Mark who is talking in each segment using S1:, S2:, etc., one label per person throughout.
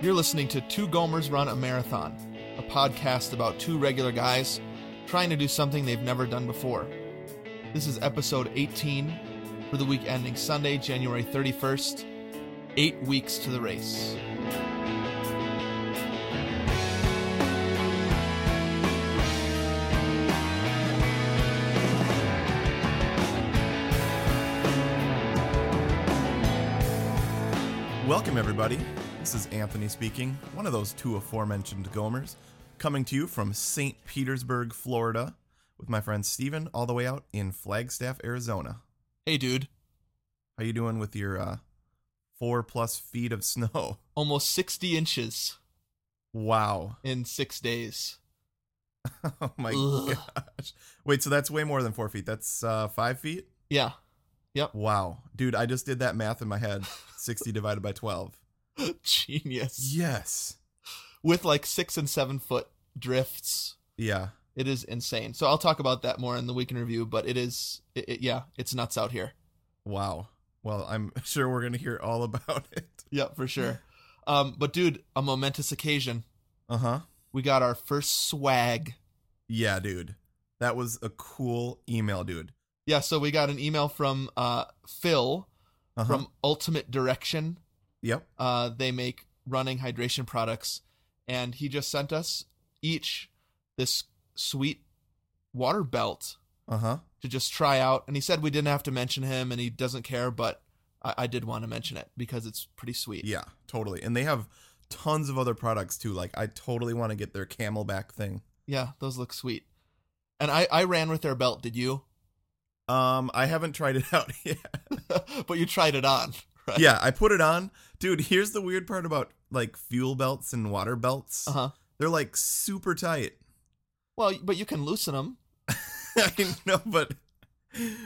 S1: You're listening to Two Gomers Run a Marathon, a podcast about two regular guys trying to do something they've never done before. This is episode 18 for the week ending Sunday, January 31st, eight weeks to the race.
S2: Welcome, everybody. This is Anthony speaking, one of those two aforementioned Gomers, coming to you from St. Petersburg, Florida, with my friend Steven, all the way out in Flagstaff, Arizona.
S1: Hey, dude,
S2: How you doing with your uh, four plus feet of snow?
S1: almost 60 inches
S2: Wow.
S1: in six days.
S2: Oh my
S1: Ugh.
S2: gosh. Wait, so that's way more than four feet. That's uh, five feet?
S1: Yeah,
S2: Wow. Dude, I just did that math in my head 60 divided by 12.
S1: genius.
S2: Yes.
S1: With like six and seven foot drifts.
S2: Yeah.
S1: It is insane. So I'll talk about that more in the week in review, but it is, it, it- yeah, it's nuts out here.
S2: Wow. Well, I'm sure we're going to hear all about it.
S1: Yeah, for sure. Um, but dude, a momentous occasion.
S2: Uh huh.
S1: We got our first swag.
S2: Yeah, dude. That was a cool email, dude.
S1: Yeah, so we got an email from uh, Phil
S2: Uh-huh.
S1: from Ultimate Direction.
S2: yep.
S1: Uh, they make running hydration products, and he just sent us each this sweet water belt
S2: Uh huh.
S1: to just try out. And he said we didn't have to mention him, and he doesn't care, but I, I did want to mention it because it's pretty sweet.
S2: Yeah, totally. And they have tons of other products too. Like, I totally want to get their camelback thing.
S1: Yeah, those look sweet. And I, I ran with their belt, did you?
S2: Um, I haven't tried it out yet.
S1: but you tried it on, right?
S2: yeah, I put it on. Dude, here's the weird part about like fuel belts and water belts.
S1: Uh huh.
S2: They're like super tight.
S1: Well, but you can loosen them.
S2: I know, but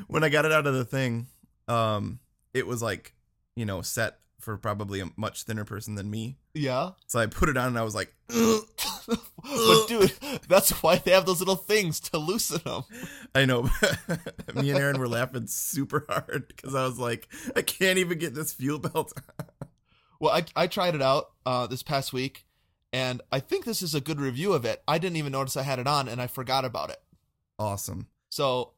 S2: when I got it out of the thing, um, it was like, you know, set for probably a much thinner person than me.
S1: Yeah.
S2: So I put it on and I was like, "Ugh."
S1: but dude, that's why they have those little things to loosen them.
S2: I know. Me and Aaron were laughing super hard because I was like, I can't even get this fuel belt.
S1: Well, I I tried it out uh, this past week, and I think this is a good review of it. I didn't even notice I had it on, and I forgot about it.
S2: awesome.
S1: So,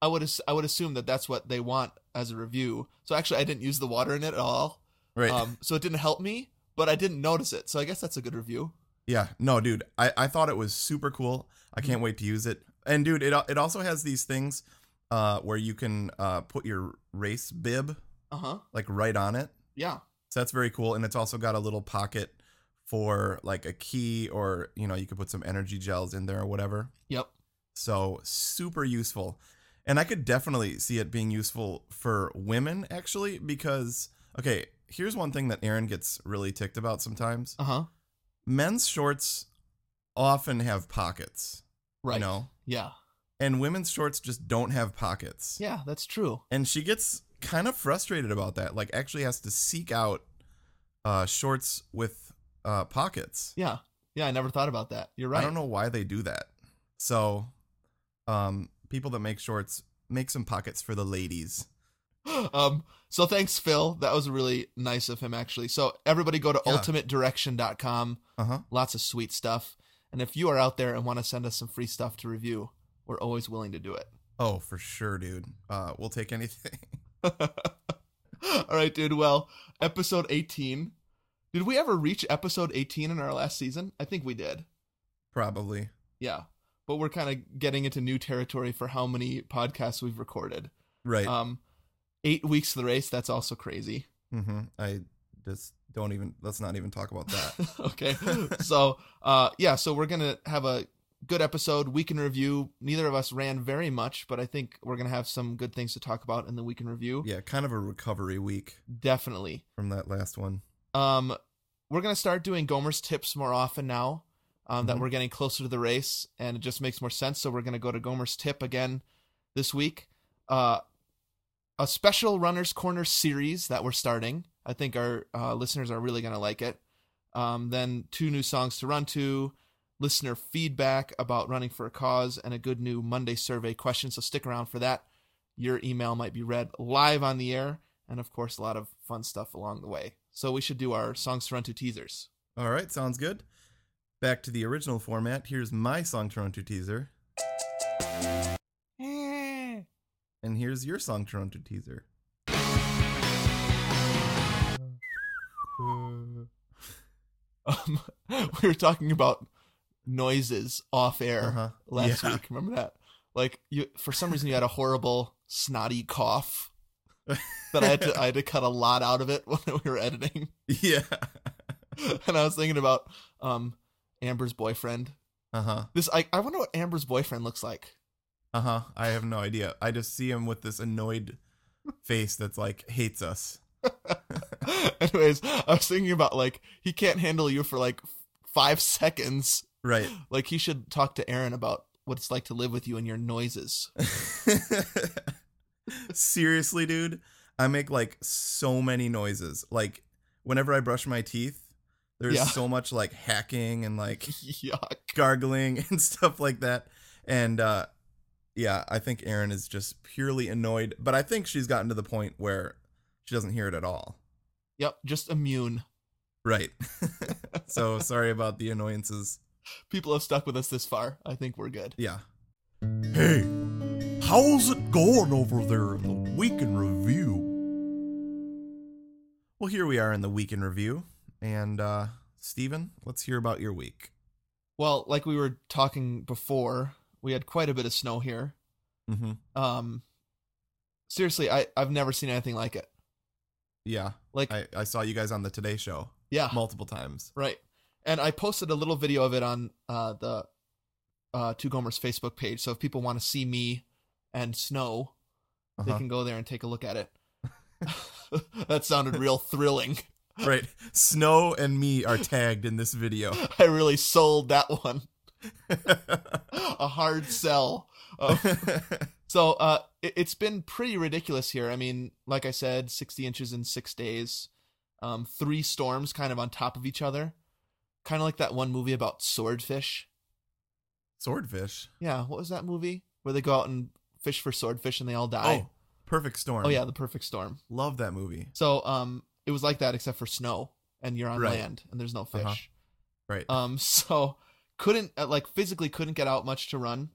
S1: I would as- I would assume that that's what they want as a review. So actually, I didn't use the water in it at all.
S2: Right.
S1: Um, so it didn't help me, but I didn't notice it. So I guess that's a good review.
S2: yeah. No, dude, I, I thought it was super cool. I can't wait to use it. And dude, it, al- it also has these things uh, where you can uh, put your race bib
S1: Uh huh.
S2: like right on it.
S1: Yeah.
S2: So that's very cool. And it's also got a little pocket for like a key or, you know, you could put some energy gels in there or whatever.
S1: Yep.
S2: So super useful. And I could definitely see it being useful for women actually because okay, here's one thing that Aaron gets really ticked about sometimes.
S1: Uh huh.
S2: Men's shorts often have pockets,
S1: Right.
S2: you know.
S1: Yeah.
S2: And women's shorts just don't have pockets.
S1: Yeah, that's true.
S2: And she gets kind of frustrated about that. Like actually has to seek out uh shorts with uh pockets.
S1: Yeah. Yeah, I never thought about that. You're right.
S2: I don't know why they do that. So, um, people that make shorts make some pockets for the ladies.
S1: Um, so thanks, Phil. That was really nice of him, actually. So everybody go to
S2: Yeah.
S1: ultimatedirection.com.
S2: Uh huh.
S1: Lots of sweet stuff. And if you are out there and want to send us some free stuff to review, we're always willing to do it.
S2: Oh, for sure, dude. Uh, we'll take anything.
S1: All right, dude. Well, episode 18. Did we ever reach episode 18 in our last season? I think we did.
S2: Probably.
S1: Yeah. But we're kind of getting into new territory for how many podcasts we've recorded.
S2: Right.
S1: Um, eight weeks of the race. That's also crazy.
S2: mm-hmm. I just don't even. Let's not even talk about that.
S1: okay. So, uh, yeah, so we're going to have a good episode, week in review. Neither of us ran very much, but I think we're going to have some good things to talk about in the week in review.
S2: yeah, kind of a recovery week
S1: Definitely.
S2: from that last one.
S1: Um, we're going to start doing Gomer's tips more often now um, that
S2: Mhm.
S1: we're getting closer to the race and it just makes more sense. So, we're going to go to Gomer's tip again this week. Uh, a special Runner's Corner series that we're starting. I think our uh, listeners are really going to like it. Um, then two new songs to run to, listener feedback about running for a cause, and a good new Monday survey question. So stick around for that. Your email might be read live on the air, and of course, a lot of fun stuff along the way. So we should do our songs to run to teasers.
S2: All right, sounds good. Back to the original format. Here's my Song Toronto teaser, Eh. and here's your Song Toronto teaser.
S1: Uh, um, we were talking about noises off air
S2: Uh-huh.
S1: last
S2: Yeah.
S1: week. Remember that? Like you, for some reason, you had a horrible snotty cough that I had to I had to cut a lot out of it when we were editing.
S2: Yeah.
S1: And I was thinking about um, Amber's boyfriend.
S2: Uh huh.
S1: This I I wonder what Amber's boyfriend looks like.
S2: Uh huh. I have no idea. I just see him with this annoyed face that's like hates us.
S1: Anyways, I was thinking about like he can't handle you for like f- five seconds.
S2: Right.
S1: Like he should talk to Aaron about what it's like to live with you and your noises.
S2: Seriously, dude, I make like so many noises. Like whenever I brush my teeth, there's
S1: Yeah.
S2: so much like hacking and like
S1: Yuck.
S2: gargling and stuff like that. And uh yeah, I think Erin is just purely annoyed, but I think she's gotten to the point where she doesn't hear it at all.
S1: Yep, just immune.
S2: Right. so sorry about the annoyances.
S1: People have stuck with us this far. I think we're good.
S2: Yeah. Hey, how's it going over there in the week in review? Well, here we are in the week in review, and uh Steven, let's hear about your week.
S1: Well, like we were talking before, we had quite a bit of snow here.
S2: Mm-hmm.
S1: Um seriously, I I've never seen anything like it.
S2: Yeah,
S1: Like
S2: I, I saw you guys on the Today Show
S1: yeah,
S2: multiple times.
S1: right. And I posted a little video of it on uh the uh Two Gomers Facebook page. So if people want to see me and snow, they
S2: Uh-huh.
S1: can go there and take a look at it. that sounded real thrilling.
S2: right, Snow and me are tagged in this video.
S1: I really sold that one. A hard sell. Um, So uh, it, it's been pretty ridiculous here. I mean, like I said, 60 inches in six days, um, three storms kind of on top of each other, kind of like that one movie about swordfish.
S2: Swordfish.
S1: Yeah, what was that movie where they go out and fish for swordfish and they all die?
S2: Oh, Perfect Storm.
S1: Oh, yeah, the perfect storm.
S2: love that movie.
S1: So um, it was like that except for snow and you're on
S2: Right.
S1: land and there's no fish.
S2: Uh-huh. Right.
S1: Um, so couldn't uh, like physically couldn't get out much to run.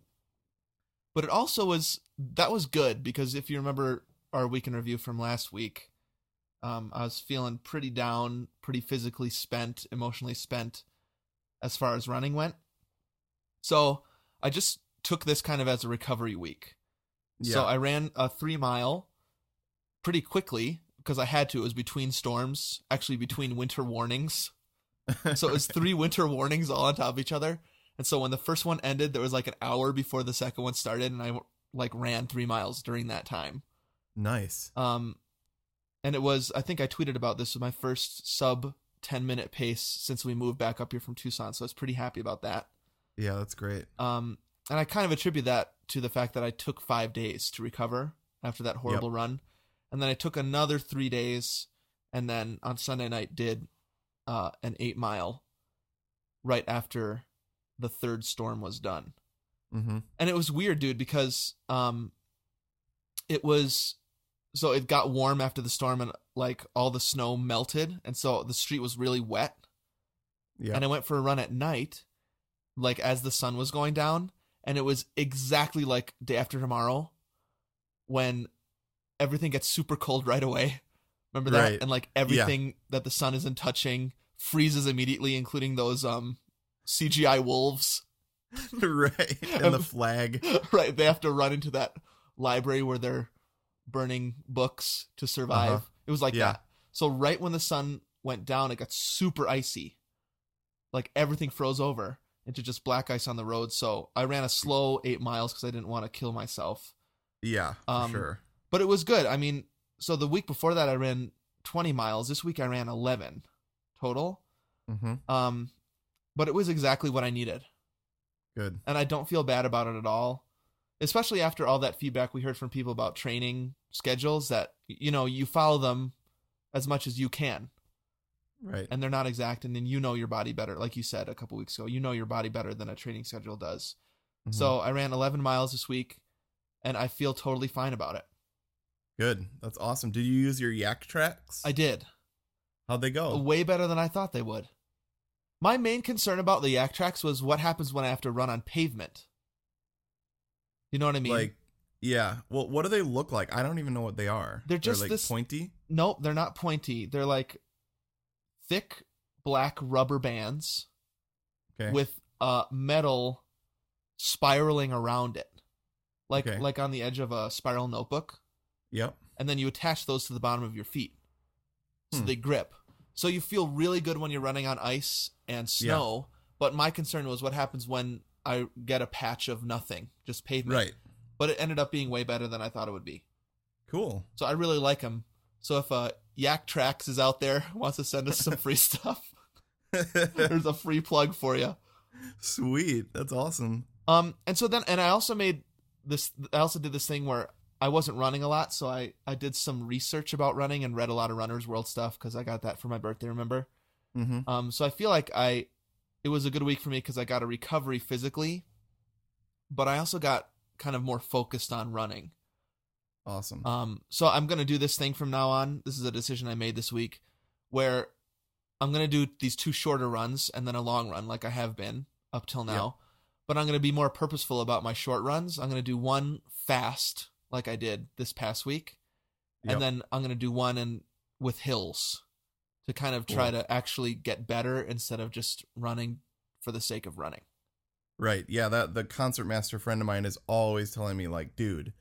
S1: But it also was that was good because if you remember our weekend review from last week, um, I was feeling pretty down, pretty physically spent, emotionally spent, as far as running went. So I just took this kind of as a recovery week. So I ran a three mile pretty quickly because I had to. It was between storms, actually between winter warnings. So it was three winter warnings all on top of each other. And so when the first one ended, there was like an hour before the second one started, and I like ran three miles during that time.
S2: nice.
S1: Um, and it was I think I tweeted about this was my first sub ten minute pace since we moved back up here from Tucson, so I was pretty happy about that.
S2: Yeah, that's great.
S1: Um, and I kind of attribute that to the fact that I took five days to recover after that horrible run, and then I took another three days, and then on Sunday night did uh, an eight mile right after the third storm was done
S2: Mm-hmm.
S1: and it was weird dude because um it was so it got warm after the storm and like all the snow melted and so the street was really wet
S2: Yeah.
S1: and i went for a run at night like as the sun was going down and it was exactly like day after tomorrow when everything gets super cold right away remember that
S2: Right.
S1: and like everything that the sun isn't touching freezes immediately including those um cgi wolves
S2: right. And the flag.
S1: right they have to run into that library where they're burning books to survive
S2: Uh-huh.
S1: it was like
S2: Yeah.
S1: that so right when the sun went down it got super icy like everything froze over into just black ice on the road so i ran a slow eight miles because i didn't want to kill myself
S2: Yeah, for
S1: Um,
S2: sure.
S1: but it was good i mean so the week before that i ran 20 miles this week i ran 11 total
S2: Mm-hmm.
S1: um but it was exactly what i needed
S2: Good.
S1: and I don't feel bad about it at all. Especially after all that feedback we heard from people about training schedules that you know you follow them as much as you can
S2: Right.
S1: and they're not exact and then you know your body better like you said a couple weeks ago you know your body better than a training schedule does
S2: Mhm.
S1: so i ran 11 miles this week and i feel totally fine about it
S2: good. That's awesome. Did you use your yak tracks?
S1: i did Uh,
S2: How'd they go?
S1: way better than i thought they would My main concern about the yak tracks was what happens when I have to run on pavement. You know what I mean?
S2: like, yeah. Well, what do they look like? I don't even know what they are.
S1: They're just
S2: like
S1: this-
S2: pointy.
S1: nope, they're not pointy. They're like thick black rubber bands
S2: Okay.
S1: with uh metal spiraling around it. Like
S2: Okay.
S1: like on the edge of a spiral notebook.
S2: yep.
S1: and then you attach those to the bottom of your feet so
S2: Hmm.
S1: they grip. So you feel really good when you're running on ice and snow. But my concern was what happens when I get a patch of nothing, just pavement.
S2: Right.
S1: But it ended up being way better than I thought it would be.
S2: Cool.
S1: So I really like them. So if uh, Yak Tracks is out there wants to send us some free stuff, there's a free plug for you.
S2: Sweet. That's awesome.
S1: Um, and so then, and I also made this. I also did this thing where I wasn't running a lot, so I I did some research about running and read a lot of Runner's World stuff because I got that for my birthday. Remember?
S2: Mm-hmm.
S1: Um, so I feel like I it was a good week for me because I got a recovery physically, but I also got kind of more focused on running.
S2: Awesome.
S1: Um, so I'm gonna do this thing from now on. This is a decision I made this week, where I'm gonna do these two shorter runs and then a long run, like I have been up till now. But I'm gonna be more purposeful about my short runs. I'm gonna do one fast, like I did this past week,
S2: Yep.
S1: and then I'm gonna do one and with hills to kind of try to actually get better instead of just running for the sake of running.
S2: Right. Yeah, that the concert master friend of mine is always telling me like, dude,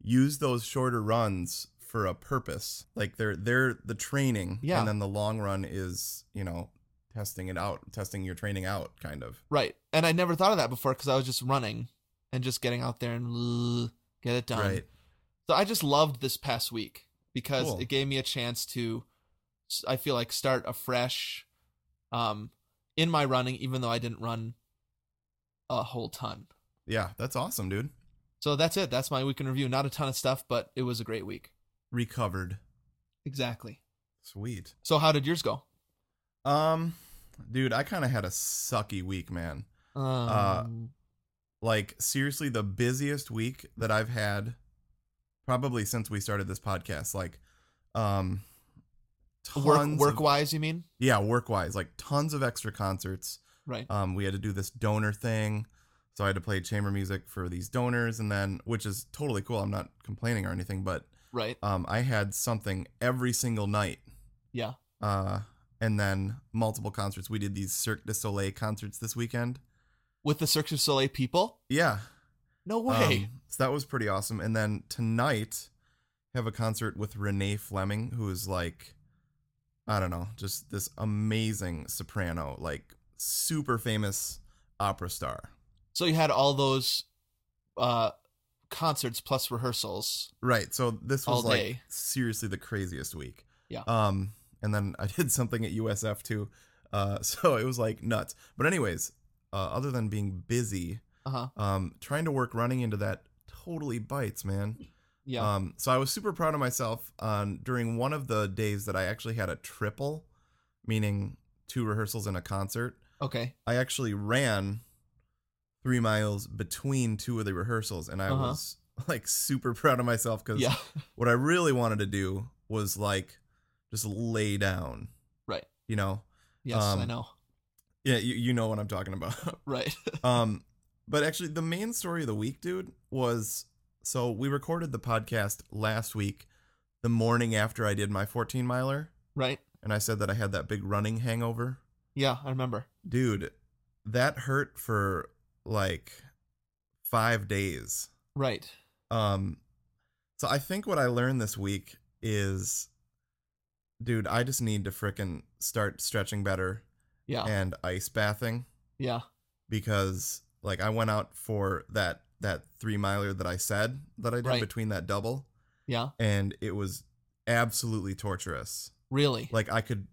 S2: use those shorter runs for a purpose. Like they're they're the training
S1: Yeah.
S2: and then the long run is, you know, testing it out, testing your training out kind of.
S1: Right. And I never thought of that before because I was just running and just getting out there and uh, get it done.
S2: Right.
S1: So I just loved this past week because
S2: Cool.
S1: it gave me a chance to, I feel like, start afresh um, in my running, even though I didn't run a whole ton.
S2: Yeah, that's awesome, dude.
S1: So that's it. That's my week in review. Not a ton of stuff, but it was a great week.
S2: Recovered.
S1: Exactly.
S2: Sweet.
S1: So how did yours go?
S2: Um dude, I kind of had a sucky week, man.
S1: Um,
S2: Like seriously the busiest week that I've had probably since we started this podcast. Like um
S1: work
S2: Uh, tons
S1: work
S2: of-
S1: wise, you mean?
S2: yeah work wise like tons of extra concerts
S1: Right.
S2: um we had to do this donor thing so i had to play chamber music for these donors and then which is totally cool i'm not complaining or anything but
S1: Right.
S2: um i had something every single night
S1: Yeah.
S2: uh and then multiple concerts we did these cirque du soleil concerts this weekend
S1: With the Cirque du Soleil people?
S2: yeah
S1: No way.
S2: um, so that was pretty awesome and then tonight have a concert with renee fleming who is like i don't know just this amazing soprano like super famous opera star
S1: So you had all those uh concerts plus rehearsals.
S2: right so this
S1: All
S2: was like
S1: day.
S2: seriously the craziest week
S1: Yeah.
S2: um and then i did something at usf too uh so it was like nuts but anyways uh, other than being busy
S1: Uh-huh.
S2: um trying to work running into that totally bites man
S1: Yeah.
S2: Um, so I was super proud of myself on during one of the days that I actually had a triple, meaning two rehearsals and a concert.
S1: okay.
S2: I actually ran three miles between two of the rehearsals, and I
S1: Uh-huh.
S2: was like super proud of myself because
S1: Yeah.
S2: what I really wanted to do was like just lay down,
S1: Right.
S2: You know,
S1: Yes, I
S2: um,
S1: know.
S2: yeah, you, you know what I'm talking about.
S1: Right.
S2: um, but actually, the main story of the week, dude, was so we recorded the podcast last week, the morning after I did my 14 miler,
S1: right.
S2: and I said that I had that big running hangover.
S1: Yeah, I remember.
S2: Dude, that hurt for like five days.
S1: Right.
S2: Um, so I think what I learned this week is, dude, I just need to frickin' start stretching better
S1: Yeah.
S2: and ice bathing
S1: yeah.
S2: because like I went out for that that three miler that I said that I did
S1: Right.
S2: between that double,
S1: Yeah.
S2: and it was absolutely torturous.
S1: Really.
S2: Like I could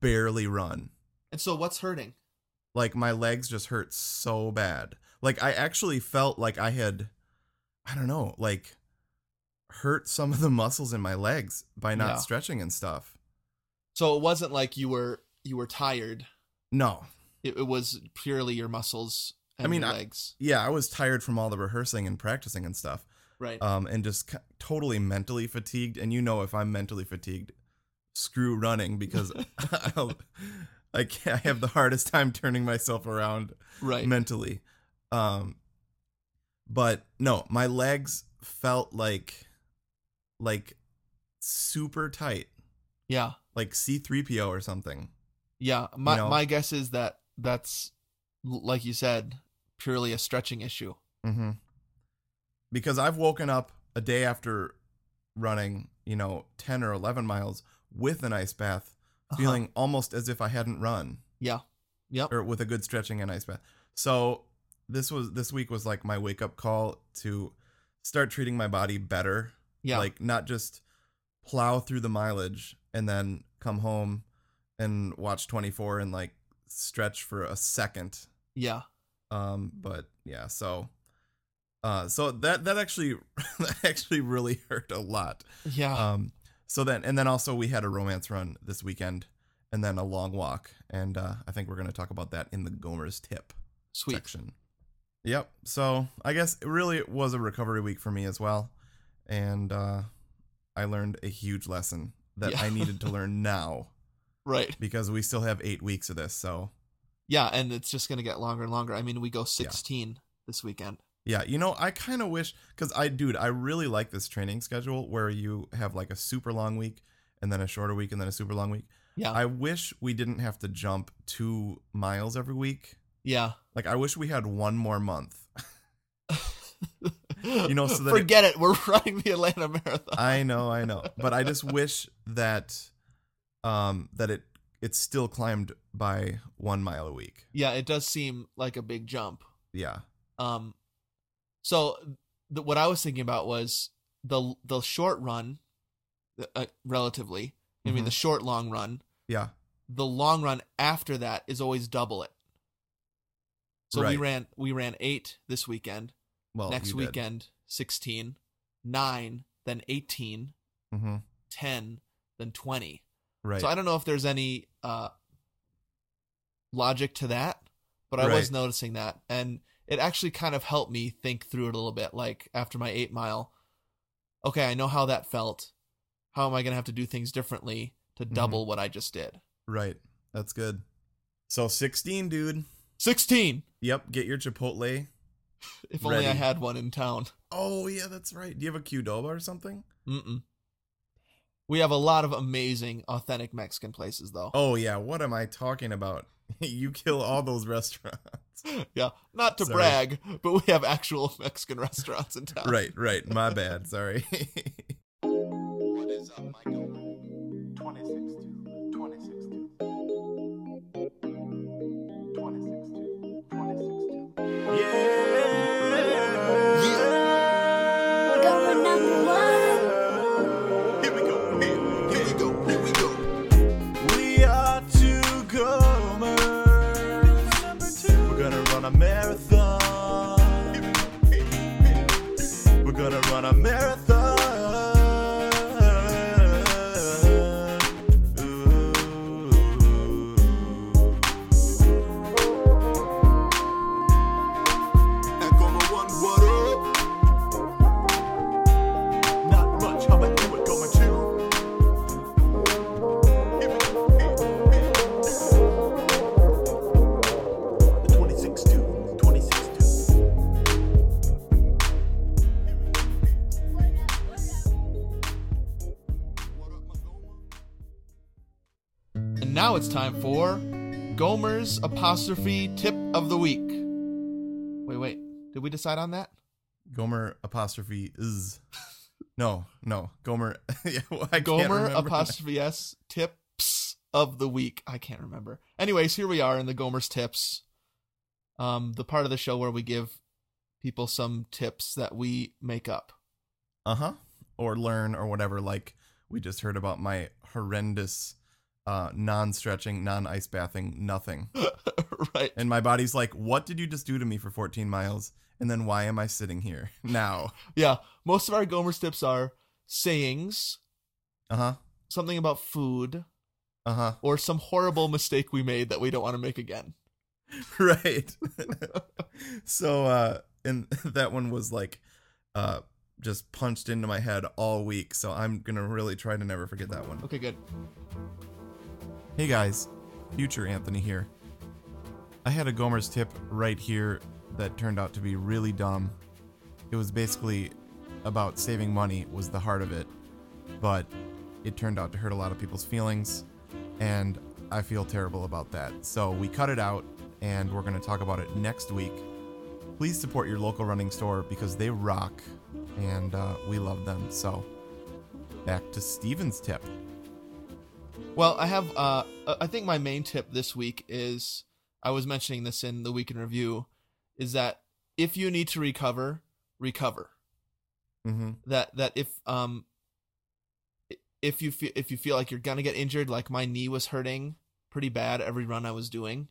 S2: barely run.
S1: and so what's hurting?
S2: Like my legs just hurt so bad. Like I actually felt like I had, I don't know, like hurt some of the muscles in my legs by not
S1: Yeah.
S2: stretching and stuff.
S1: So it wasn't like you were you were tired.
S2: No.
S1: It, it was purely your muscles and
S2: I mean,
S1: your
S2: I-
S1: legs.
S2: Yeah, I was tired from all the rehearsing and practicing and stuff.
S1: Right.
S2: um, and just c- totally mentally fatigued. And you know, if I'm mentally fatigued, screw running because I'll Like I have the hardest time turning myself around
S1: Right.
S2: mentally. Um but no, my legs felt like like super tight,
S1: Yeah.
S2: like C3PO or something.
S1: Yeah. My
S2: You know?
S1: my guess is that that's l- like you said, purely a stretching issue.
S2: Mm-hmm. Because I've woken up a day after running, you know, 10 or 11 miles with an ice bath,
S1: Uh-huh.
S2: feeling almost as if I hadn't run
S1: Yeah. Yep.
S2: or with a good stretching and ice bath. So this was this week was like my wake up call to start treating my body better.
S1: Yeah.
S2: Like not just plow through the mileage and then come home and watch 24 and like stretch for a second
S1: yeah.
S2: um but yeah so uh so that that actually that actually really hurt a lot
S1: Yeah.
S2: um so then and then also we had a romance run this weekend and then a long walk and uh i think we're going to talk about that in the gomer's tip
S1: Sweet.
S2: section yep so i guess it really was a recovery week for me as well and uh i learned a huge lesson that
S1: Yeah.
S2: i needed to learn now
S1: Right.
S2: because we still have eight weeks of this so
S1: Yeah, and it's just gonna get longer and longer. I mean, we go sixteen this weekend.
S2: Yeah, you know, I kind of wish because I, dude, I really like this training schedule where you have like a super long week and then a shorter week and then a super long week.
S1: Yeah.
S2: I wish we didn't have to jump two miles every week.
S1: Yeah.
S2: Like, I wish we had one more month. You know, so that it-
S1: forget it. We're running the Atlanta Marathon.
S2: I know, I know, but I just wish that, um, that it it still climbed by one mile a week.
S1: yeah, it does seem like a big jump.
S2: Yeah.
S1: Um, so th- what I was thinking about was the the short run, uh, relatively. I mean,
S2: Mhm.
S1: the short long run.
S2: Yeah.
S1: The long run after that is always double it. So we
S2: Right. Oh,
S1: ran we ran eight this weekend.
S2: Well,
S1: Next weekend, 16, 9, then 18,
S2: hmm
S1: 10, then 20.
S2: Right.
S1: So I don't know if there's any uh, logic to that, but I was
S2: Right.
S1: noticing that, and it actually kind of helped me think through it a little bit. Like after my eight mile, okay, I know how that felt. How am I going to have to do things differently to
S2: Mhm.
S1: double what I just did?
S2: right. That's good. So sixteen, dude.
S1: Sixteen.
S2: Yep. Get your Chipotle.
S1: If only I
S2: Ready.
S1: had one in town.
S2: Oh yeah, that's right. Do you have a Qdoba or something?
S1: Mm-mm. We have a lot of amazing, authentic Mexican places, though.
S2: Oh yeah, what am I talking about? you kill all those restaurants.
S1: Yeah, not to
S2: Sorry.
S1: brag, but we have actual Mexican restaurants in town.
S2: right, right. My bad. Sorry.
S1: What is up, Michael?
S2: 26-2. 26-2. 26-2. 26-2. Yeah.
S3: Gomer number one.
S2: Here we go. Here, here we go. Here we go. We are two Gomers. Number two. We're gonna run a marathon. We're gonna run a marathon. Ooh.
S4: Goma one, what up? Not much, how about you at Goma two? Here we go, here, here. The 26-2, 26-2. What up, my Goma?
S1: And now it's time for Gomer's apostrophe tip of the week. Wait, wait. Did we decide on that?
S2: Gomer apostrophe is. No, no. Gomer. yeah, well, I can't
S1: Gomer
S2: remember.
S1: apostrophe s tips of the week. I can't remember. Anyways, here we are in the Gomer's tips. Um, the part of the show where we give people some tips that we make up.
S2: Uh huh. Or learn or whatever. Like we just heard about my horrendous uh, non stretching, non ice bathing, nothing.
S1: right.
S2: And my body's like, what did you just do to me for 14 miles? And then why am I sitting here now?
S1: Yeah. Most of our Gomer's tips are sayings,
S2: Uh huh.
S1: something about food,
S2: Uh huh.
S1: or some horrible mistake we made that we don't want to make again.
S2: right so uh and that one was like uh just punched into my head all week so i'm gonna really try to never forget that one
S1: Okay, good.
S2: hey guys future Anthony here. I had a Gomer's tip right here that turned out to be really dumb. It was basically about saving money was the heart of it, but it turned out to hurt a lot of people's feelings, and I feel terrible about that. So we cut it out, and we're going to talk about it next week. Please support your local running store because they rock, and uh, we love them. So back to Steven's tip.
S1: Well, I have. Uh, I think my main tip this week is I was mentioning this in the week in review, is that if you need to recover, recover.
S2: Mm-hmm.
S1: That that if um if you feel if you feel like you're gonna get injured, like my knee was hurting pretty bad every run I was doing.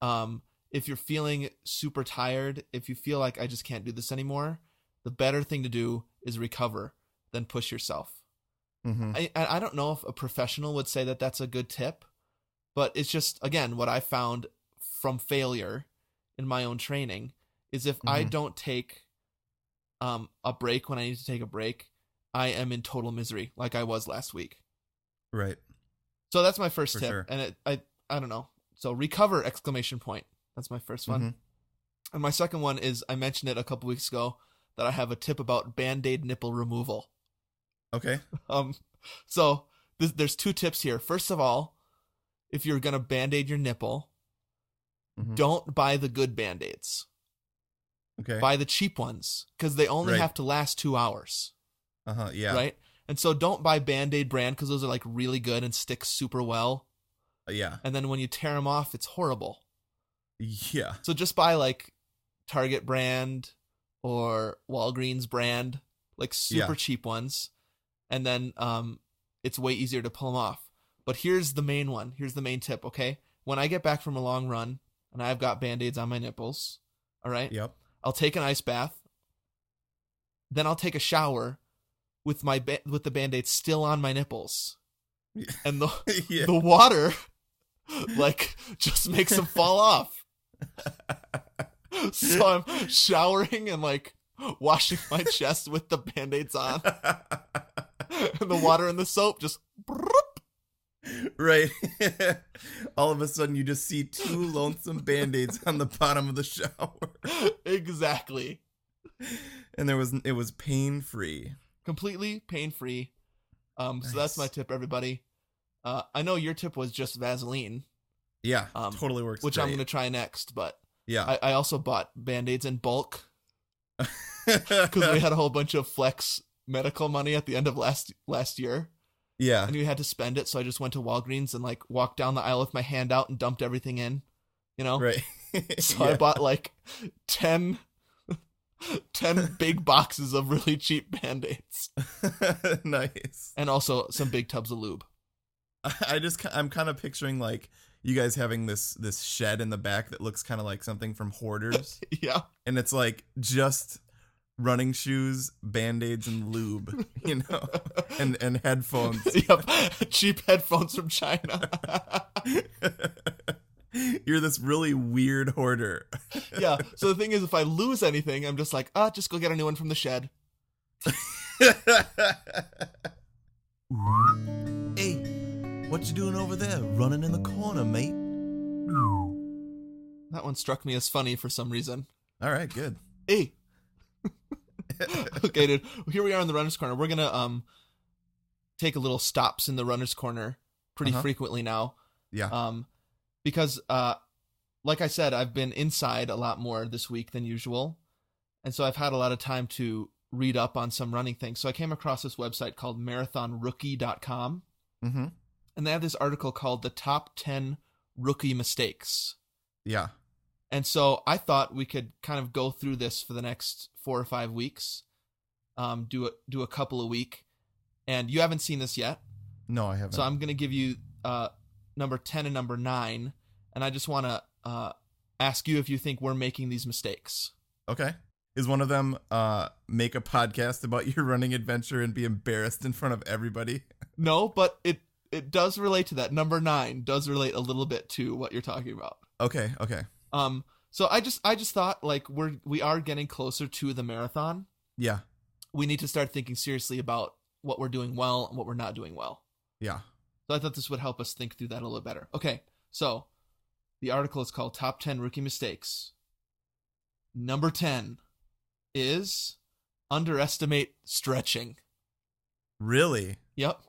S1: Um, if you're feeling super tired, if you feel like I just can't do this anymore, the better thing to do is recover than push yourself.
S2: Mm-hmm.
S1: I I I don't know if a professional would say that that's a good tip, but it's just again what I found from failure in my own training is if I
S2: Mhm.
S1: don't take um a break when I need to take a break, I am in total misery like I was last week.
S2: Right.
S1: So that's my first
S2: For
S1: tip,
S2: sure.
S1: and it, I I don't know. So recover exclamation point. That's my first one,
S2: Mhm.
S1: and my second one is I mentioned it a couple weeks ago that I have a tip about band aid nipple removal.
S2: Okay.
S1: Um, so th- there's two tips here. First of all, if you're gonna band-aid your nipple,
S2: Mhm.
S1: don't buy the good band-aids.
S2: Okay.
S1: Buy the cheap ones because they only
S2: Right.
S1: have to last two hours,
S2: Uh huh. Yeah.
S1: right? And so don't buy Band-Aid brand because those are like really good and stick super well.
S2: Yeah.
S1: And then when you tear them off, it's horrible.
S2: Yeah.
S1: So just buy like Target brand or Walgreens brand, like super
S2: Yeah.
S1: cheap ones, and then um, it's way easier to pull them off. But here's the main one. Here's the main tip. Okay, when I get back from a long run and I've got band aids on my nipples, all right,
S2: Yep.
S1: I'll take an ice bath. Then I'll take a shower with my ba- with the band aid still on my nipples,
S2: Yeah.
S1: and the
S2: yeah.
S1: the water like just makes them fall off. so I'm showering and like washing my chest with the band-aids on and the water and the soap just
S2: right. All of a sudden, you just see two lonesome band aids on the bottom of the shower,
S1: exactly
S2: and there was it was pain free.
S1: completely pain-free. Um so that's my
S2: Nice.
S1: tip everybody. Uh I know your tip was just Vaseline,
S2: Yeah.
S1: Um,
S2: totally works.
S1: which I'm
S2: great.
S1: going to try next, but
S2: Yeah.
S1: I, I also bought band-aids in bulk because we had a whole bunch of flex medical money at the end of last last year.
S2: yeah.
S1: and you had to spend it. So I just went to Walgreens and like walked down the aisle with my hand out and dumped everything in, you know?
S2: Right.
S1: So I
S2: Yeah.
S1: bought like 10, 10 big boxes of really cheap band aids
S2: nice.
S1: and also some big tubs of lube.
S2: I just ki- I'm kind of picturing like you guys having this this shed in the back that looks kind of like something from Hoarders.
S1: Yeah.
S2: and it's like just running shoes, band-aids and lube, you know, and and headphones.
S1: yep. Cheap headphones from China.
S2: You're this really weird hoarder.
S1: yeah. So the thing is, if I lose anything, I'm just like, ah, just go get a new one from the shed.
S2: hey, what you doing over there? Running in the corner, mate.
S1: That one struck me as funny for some reason.
S2: All right, good.
S1: Hey. okay, dude. Here we are in the runner's corner. We're gonna um take a little stops in the runner's corner pretty
S2: Uh-huh.
S1: frequently now.
S2: Yeah.
S1: Um because uh like I said, I've been inside a lot more this week than usual. And so I've had a lot of time to read up on some running things. So I came across this website called marathonrookie.com
S2: mm-hmm.
S1: and they have this article called the top 10 rookie mistakes.
S2: Yeah.
S1: And so I thought we could kind of go through this for the next four or five weeks, um, do a, do a couple a week. And you haven't seen this yet,
S2: No, I haven't.
S1: so I'm going to give you uh, number ten and number nine, and I just want to uh, ask you if you think we're making these mistakes.
S2: Okay. Is one of them uh make a podcast about your running adventure and be embarrassed in front of everybody?
S1: No, but it it does relate to that. Number nine does relate a little bit to what you're talking about.
S2: Okay, okay.
S1: Um, so I just I just thought like we're we are getting closer to the marathon.
S2: Yeah.
S1: We need to start thinking seriously about what we're doing well and what we're not doing well.
S2: Yeah.
S1: So I thought this would help us think through that a little better. Okay. So, the article is called Top 10 Rookie Mistakes. Number 10 is underestimate stretching.
S2: Really?
S1: Yep.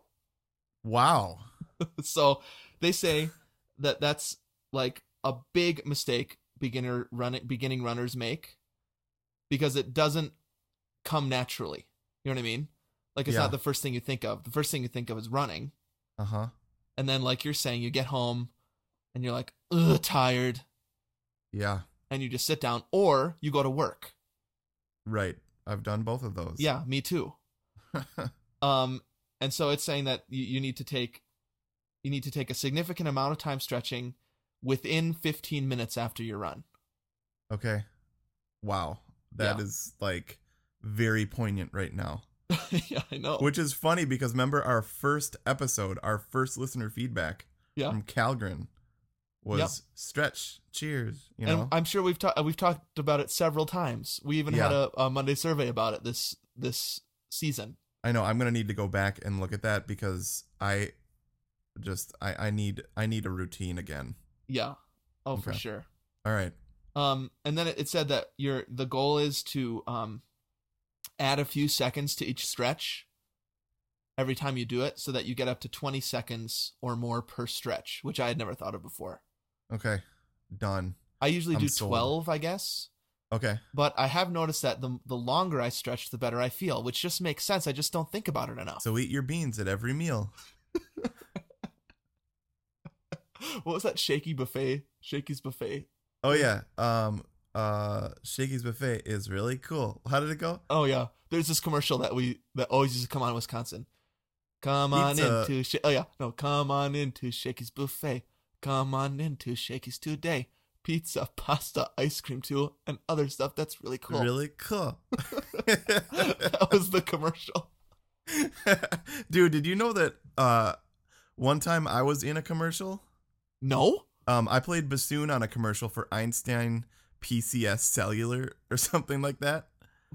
S2: Wow.
S1: so they say that that's like a big mistake beginner run beginning runners make because it doesn't come naturally. You know what I mean? Like it's
S2: Yeah.
S1: not the first thing you think of. The first thing you think of is running,
S2: Uh huh.
S1: and then like you're saying, you get home and you're like, ugh, tired,
S2: Yeah.
S1: and you just sit down, or you go to work.
S2: Right. I've done both of those.
S1: Yeah, me too. Um, and so it's saying that you, you need to take you need to take a significant amount of time stretching within 15 minutes after your run.
S2: okay. Wow. that is
S1: Yeah.
S2: like very poignant right now.
S1: yeah, I know.
S2: Which is funny because remember our first episode, our first listener feedback
S1: Yeah.
S2: from Calgren was stretch, cheers, you know.
S1: and I'm sure we've talked we've talked about it several times. We even had
S2: Yeah.
S1: a, a Monday survey about it this this season.
S2: I know I'm gonna need to go back and look at that because I just I, I need I need a routine again.
S1: Yeah. Oh, for
S2: Okay.
S1: sure.
S2: All right.
S1: Um, and then it, it said that your the goal is to um, add a few seconds to each stretch every time you do it, so that you get up to 20 seconds or more per stretch, which I had never thought of before.
S2: Okay. Done.
S1: I usually
S2: I'm
S1: do
S2: sold.
S1: 12, I guess,
S2: Okay.
S1: but I have noticed that the the longer I stretch, the better I feel, which just makes sense. I just don't think about it enough.
S2: So eat your beans at every meal.
S1: what was that shaky buffet? Shaky's buffet.
S2: Oh yeah. Um uh Shakey's buffet is really cool. How did it go?
S1: Oh yeah, there's this commercial that we that always used to come on in Wisconsin. Come on
S2: Pizza.
S1: into Sha- oh yeah no come on into Shakey's buffet. Come on into Shakey's today. Pizza, pasta, ice cream too, and other stuff that's really cool.
S2: Really cool.
S1: that was the commercial.
S2: Dude, did you know that uh one time I was in a commercial?
S1: No,
S2: Um I played bassoon on a commercial for Einstein PCS cellular or something like that.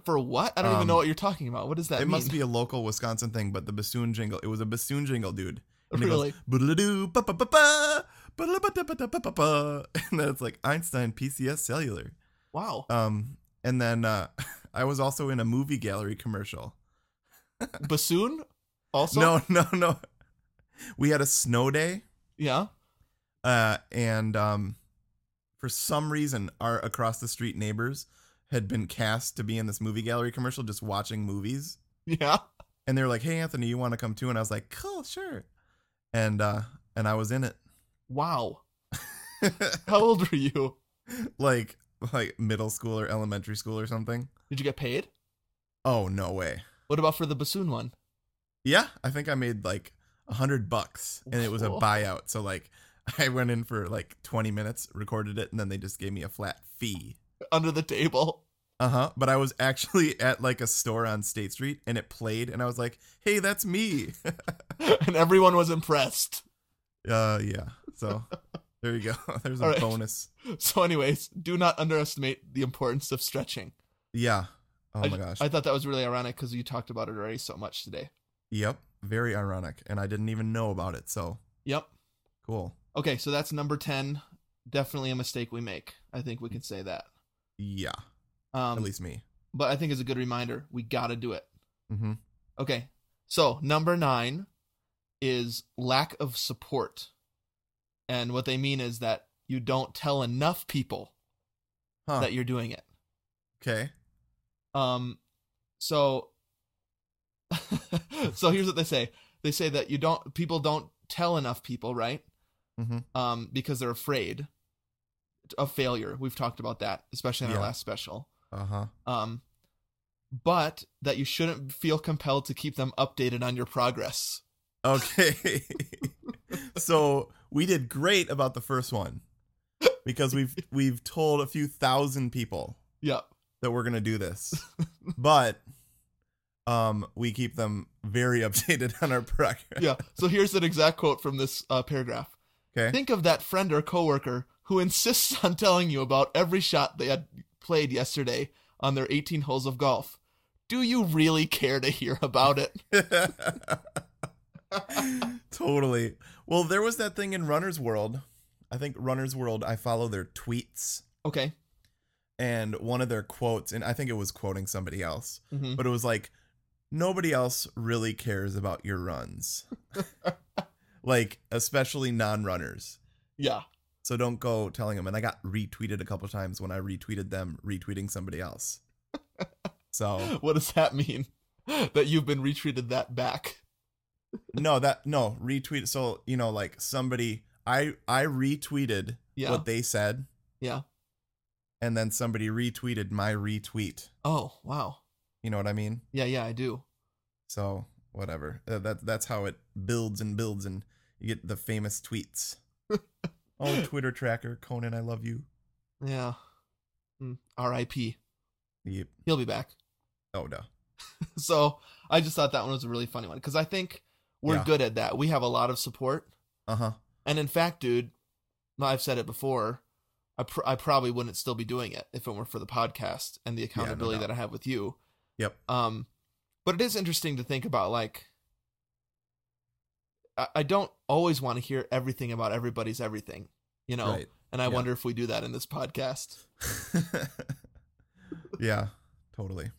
S1: for what? I don't even
S2: Um,
S1: know what you're talking about. What does that
S2: it
S1: mean?
S2: must be a local Wisconsin thing, but the bassoon jingle, it was a bassoon jingle, dude. And
S1: Really?
S2: it goes, "Boodle-doo, ba-ba-ba-ba, ba-da-ba-da-ba-da-ba-ba-ba." and then it's like Einstein PCS cellular.
S1: wow.
S2: Um, and then uh, I was also in a movie gallery commercial.
S1: Bassoon. Also
S2: no, no, no. We had a snow day,
S1: Yeah.
S2: uh, and um, for some reason, our across the street neighbors had been cast to be in this movie gallery commercial, just watching movies.
S1: Yeah.
S2: And they were like, "Hey, Anthony, you want to come too?" And I was like, "Cool, sure." And uh, and I was in it,
S1: Wow. How old were you?
S2: like like middle school or elementary school or something.
S1: Did you get paid?
S2: Oh no way.
S1: What about for the bassoon one?
S2: Yeah, I think I made like a hundred bucks, and it was a
S1: Whoa.
S2: buyout. So like, I went in for like twenty minutes, recorded it, and then they just gave me a flat fee.
S1: Under the table.
S2: Uh huh. But I was actually at like a store on State Street, and it played, and I was like, "Hey, that's me."
S1: and everyone was impressed.
S2: uh, yeah. So there you go. There's a
S1: All right.
S2: bonus.
S1: So, anyways, do not underestimate the importance of stretching.
S2: Yeah. Oh
S1: I,
S2: my
S1: ju-
S2: gosh.
S1: I thought that was really ironic because you talked about it already so much today.
S2: yep. Very ironic, and I didn't even know about it. So
S1: Yep.
S2: cool.
S1: Okay, so that's number ten. Definitely a mistake we make. I think we can say that.
S2: Yeah.
S1: Um,
S2: at least me.
S1: But I think it's a good reminder. We got to do it.
S2: Mm-hmm.
S1: Okay. So number nine is lack of support, and what they mean is that you don't tell enough people
S2: Huh.
S1: that you're doing it.
S2: okay.
S1: Um, so, so here's what they say. They say that you don't, people don't tell enough people, right?
S2: Mhm.
S1: Um, because they're afraid of failure. We've talked about that, especially in our
S2: Yeah.
S1: last special.
S2: Uh huh.
S1: Um, but that you shouldn't feel compelled to keep them updated on your progress.
S2: Okay. so we did great about the first one because we've we've told a few thousand people
S1: Yep.
S2: that we're gonna do this, but um, we keep them very updated on our progress.
S1: Yeah. So here's an exact quote from this uh, paragraph.
S2: Okay.
S1: Think of that friend or coworker who insists on telling you about every shot they had played yesterday on their 18 holes of golf. Do you really care to hear about it?
S2: totally. Well, there was that thing in Runner's World I think Runner's World, I follow their tweets
S1: Okay.
S2: and one of their quotes, and I think it was quoting somebody else,
S1: hmm
S2: but it was like, nobody else really cares about your runs. like, especially non runners.
S1: Yeah.
S2: So don't go telling them. And I got retweeted a couple times when I retweeted them retweeting somebody else. So
S1: What does that mean? that you've been retreated that back.
S2: no, that no retweet. So you know, like somebody, I I retweeted
S1: Yeah.
S2: what they said.
S1: Yeah.
S2: And then somebody retweeted my retweet.
S1: Oh, wow.
S2: You know what I mean?
S1: Yeah, yeah, I do.
S2: So whatever. Uh, that that's how it builds and builds, and you get the famous tweets. oh, Twitter tracker, Conan, I love you.
S1: Yeah. Mm, R.I.P.
S2: Yep.
S1: He'll be back.
S2: Oh no.
S1: So I just thought that one was a really funny one because I think we're
S2: Yeah.
S1: good at that. We have a lot of support.
S2: Uh huh.
S1: And in fact, dude, I've said it before. I, pr- I probably wouldn't still be doing it if it weren't for the podcast and the accountability
S2: doubt.
S1: that I have with you.
S2: Yep.
S1: Um, but it is interesting to think about. Like, I, I don't always want to hear everything about everybody's everything, you know.
S2: Right.
S1: And I
S2: Yeah.
S1: wonder if we do that in this podcast.
S2: yeah. Totally.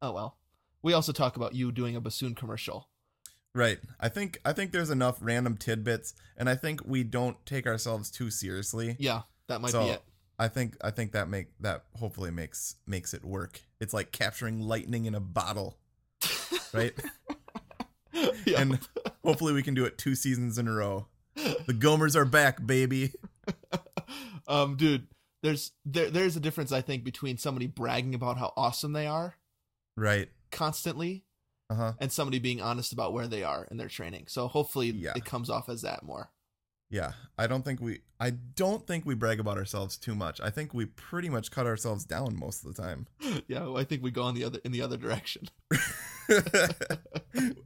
S1: Oh well. We also talk about you doing a bassoon commercial.
S2: Right. I think I think there's enough random tidbits, and I think we don't take ourselves too seriously.
S1: Yeah, that might
S2: So-
S1: be it.
S2: I think I think that make that hopefully makes makes it work. It's like capturing lightning in a bottle, right?
S1: yeah.
S2: And hopefully we can do it two seasons in a row. The Gomers are back, baby.
S1: um, dude, there's there there's a difference I think between somebody bragging about how awesome they are
S2: Right.
S1: constantly
S2: Uh huh.
S1: and somebody being honest about where they are in their training. So hopefully
S2: Yeah.
S1: it comes off as that more.
S2: Yeah. I don't think we I don't think we brag about ourselves too much. I think we pretty much cut ourselves down most of the time.
S1: Yeah, well, I think we go on the other in the other direction.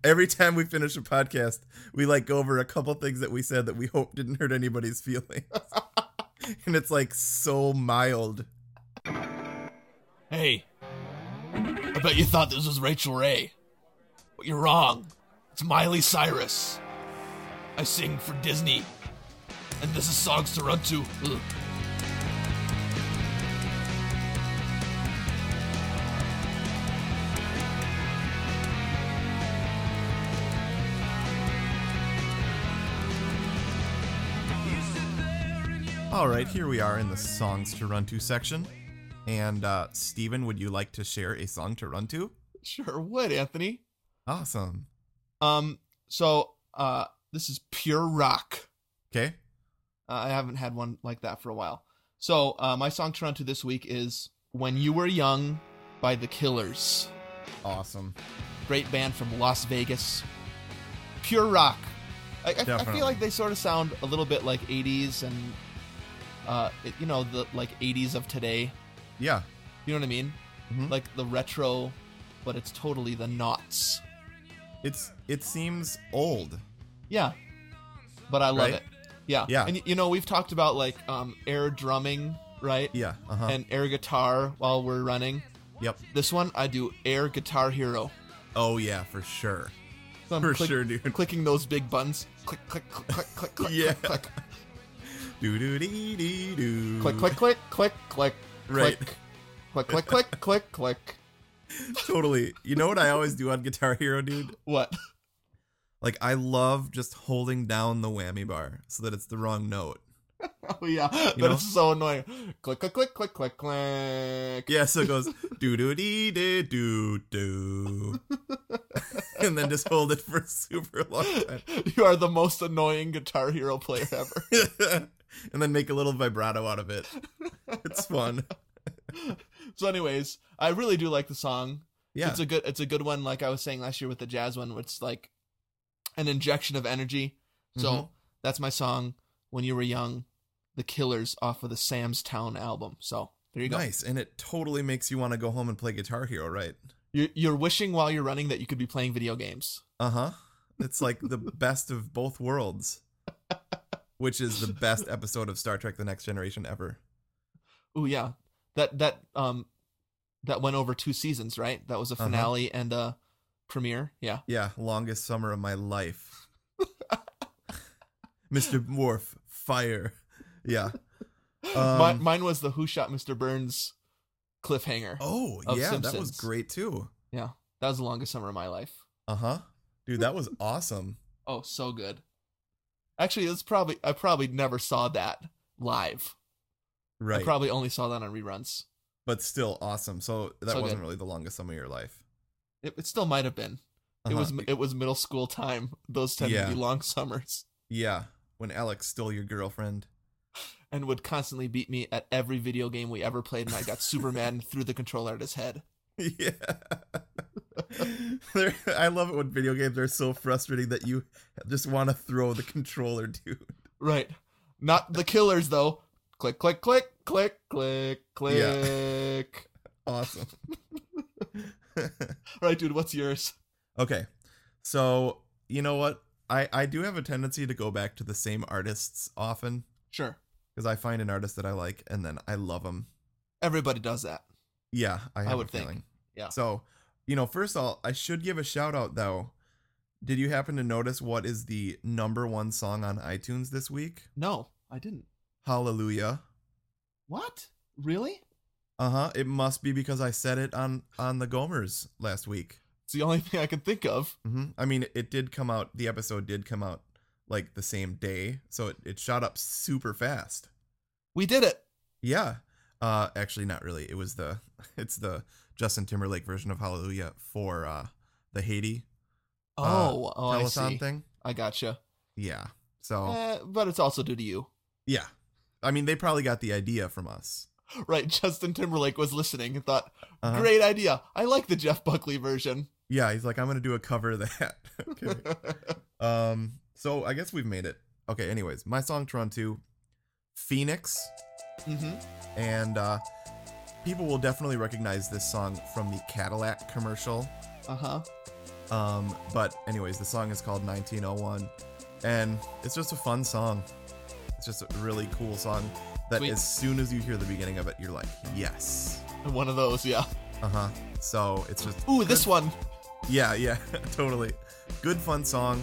S2: Every time we finish a podcast, we like go over a couple things that we said that we hope didn't hurt anybody's feelings. and it's like so mild.
S1: Hey, I bet you thought this was Rachel Ray, but you're wrong. It's Miley Cyrus. I sing for Disney, and this is songs to run to. Ugh.
S2: All right, here we are in the songs to run to section. And uh Steven, would you like to share a song to run to?
S1: Sure would, Anthony.
S2: Awesome.
S1: Um, so uh, this is pure rock.
S2: Okay.
S1: Uh, I haven't had one like that for a while. So uh, my song to run to this week is "When You Were Young" by The Killers.
S2: Awesome.
S1: Great band from Las Vegas. Pure rock. I, I, I
S2: Definitely.
S1: feel like they sort of sound a little bit like '80s and uh, it- you know the like '80s of today.
S2: Yeah.
S1: You know what I mean?
S2: Mhm.
S1: Like the retro, but it's totally the knots.
S2: It's it seems old.
S1: Yeah. But I love
S2: Right?
S1: it. Yeah.
S2: Yeah.
S1: And y- you know, we've talked about like um air drumming, right?
S2: Yeah. Uh-huh.
S1: And air guitar while we're running.
S2: yep.
S1: This one I do air guitar hero.
S2: Oh yeah, for sure.
S1: So I'm
S2: For sure, dude.
S1: Clicking those big buttons. Click click click click click click
S2: Yeah.
S1: click
S2: Do do dee dee do.
S1: click click click click click
S2: Right.
S1: click click click click click click.
S2: totally. You know what I always do on Guitar Hero, dude?
S1: What?
S2: Like I love just holding down the whammy bar so that it's the wrong note.
S1: Oh yeah. That is
S2: know?
S1: so annoying. Click click click click click click.
S2: Yeah, so it goes do do dee dee do do, and then just hold it for a super long time,
S1: You are the most annoying guitar hero player ever.
S2: and then make a little vibrato out of it. It's fun.
S1: So, anyways, I really do like the song.
S2: Yeah,
S1: It's a good it's a good one, like I was saying last year with the jazz one, which is like an injection of energy. So
S2: Mhm.
S1: that's my song When You Were Young, The Killers off of the Sam's Town album. So there you go.
S2: nice, and it totally makes you want to go home and play Guitar Hero, right?
S1: You're, you're wishing while you're running that you could be playing video games.
S2: Uh huh. It's like the best of both worlds, which is the best episode of Star Trek: The Next Generation ever.
S1: Ooh yeah. That that um that went over two seasons, right? That was a
S2: Uh-huh.
S1: finale and a premiere. Yeah.
S2: Yeah, longest summer of my life. Mr. Worf, fire. Yeah. Um,
S1: mine, mine was the Who Shot Mr. Burns cliffhanger.
S2: oh,
S1: of
S2: yeah, that was
S1: Simpsons.
S2: great too.
S1: Yeah, that was the longest summer of my life.
S2: Uh
S1: Uh-huh.
S2: huh. Dude, that was awesome.
S1: Oh, so good. Actually, it's probably I probably never saw that live. I
S2: Right.
S1: probably only saw that on reruns.
S2: but still awesome. So that
S1: So
S2: wasn't
S1: good.
S2: really the longest sum of your life.
S1: It, it still might have been. It
S2: Uh-huh.
S1: was it was middle school time. Those tend
S2: Yeah.
S1: to be long summers,
S2: Yeah. When Alex stole your girlfriend.
S1: and would constantly beat me at every video game we ever played, and I got Superman through the controller at his head.
S2: yeah. They're- I love it when video games are so frustrating that you just want to throw the controller, dude.
S1: Right, not the killers though. Click, click, click, click, click, click.
S2: Awesome.
S1: All right, dude, what's yours?
S2: okay. So, you know what? I, I do have a tendency to go back to the same artists often
S1: Sure,
S2: because I find an artist that I like and then I love them.
S1: everybody does that.
S2: Yeah, I, have
S1: would
S2: a
S1: think.
S2: feeling.
S1: Yeah.
S2: So, you know, first of all, I should give a shout out though. Did you happen to notice what is the number one song on iTunes this week?
S1: No, I didn't.
S2: Hallelujah.
S1: What? Really?
S2: Uh huh. It must be because I said it on on the Gomers last week.
S1: It's the only thing I can think of.
S2: hmm I mean, it did come out. The episode did come out like the same day, so it, it shot up super fast.
S1: We did it.
S2: Yeah. Uh, actually, not really. It was the it's the Justin Timberlake version of Hallelujah for uh the Haiti uh,
S1: Oh, oh, I
S2: telethon
S1: see.
S2: thing.
S1: I gotcha.
S2: Yeah. So
S1: Eh, but it's also due to you,
S2: yeah, I mean they probably got the idea from us.
S1: right? Justin Timberlake was listening and thought,
S2: Uh-huh.
S1: "Great idea! I like the Jeff Buckley version."
S2: Yeah, he's like, I'm gonna do a cover of that. Okay. um. So I guess we've made it. Okay. Anyways, my song Tron Two, Phoenix,
S1: hmm
S2: and uh, people will definitely recognize this song from the Cadillac commercial.
S1: Uh huh.
S2: Um. But anyways, the song is called 1901, and it's just a fun song. It's just a really cool song that
S1: Sweet.
S2: as soon as you hear the beginning of it, you're like, yes.
S1: One of those, yeah.
S2: Uh huh. So it's just
S1: Ooh, this one.
S2: yeah, yeah, totally. Good fun song,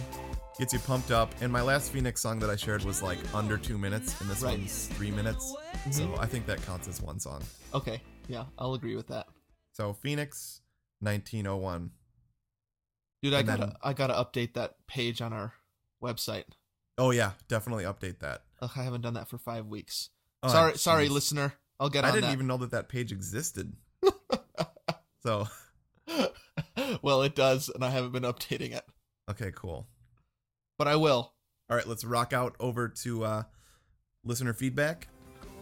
S2: gets you pumped up. And my last Phoenix song that I shared was like under two minutes, and this
S1: Right. Mm-hmm.
S2: one's three minutes. So I think that counts as one song.
S1: Okay, yeah, I'll agree with that,
S2: So Phoenix, 1901.
S1: dude. I
S2: And then-
S1: gotta, I gotta update that page on our website.
S2: Oh yeah, definitely update that.
S1: Ugh, I haven't done that for five weeks.
S2: Oh,
S1: sorry, sorry,
S2: jeez.
S1: listener. I'll get
S2: I
S1: on
S2: didn't
S1: that.
S2: even know that that page existed. so
S1: well, it does, and I haven't been updating it,
S2: okay, cool.
S1: but I will.
S2: All right, let's rock out over to uh, listener feedback.